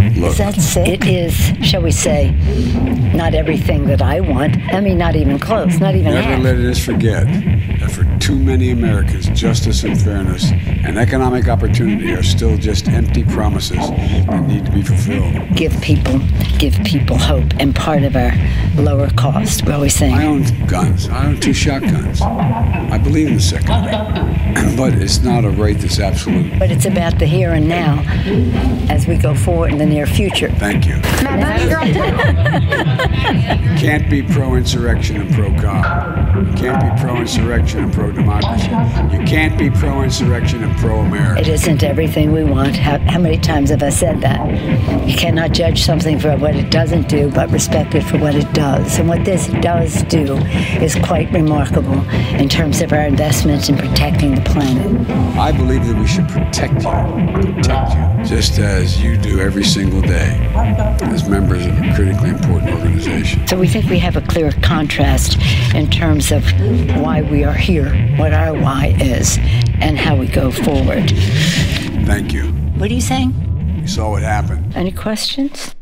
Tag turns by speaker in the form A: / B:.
A: Look.
B: Since it is, shall we say, not everything that I want. I mean, not even close, not even
A: Never
B: half.
A: let us forget that for too many Americans, justice and fairness and economic opportunity are still just empty promises that need to be fulfilled.
B: give people, give people hope, and part of our lower cost. We're always saying.
A: I own guns. I own two shotguns. I believe in the Second Amendment, but it's not a right that's absolute.
B: But it's about the here and now as we go forward in the near future.
A: Thank you. Can't be pro-insurrection and pro-cop. You can't be pro-insurrection and pro-democracy. You can't be pro-insurrection and pro-America.
B: It isn't everything we want. How, how many times have I said that? You cannot judge something for what it doesn't do, but respect it for what it does. And what this does do is quite remarkable in terms of our investments in protecting the planet.
A: I believe that we should protect you, protect you, just as you do every single day as members of a critically important organization.
B: So we think we have a clear contrast in terms of why we are here, what our why is, and how we go forward.
A: Thank you.
B: What are you saying?
A: You saw what happened.
B: Any questions?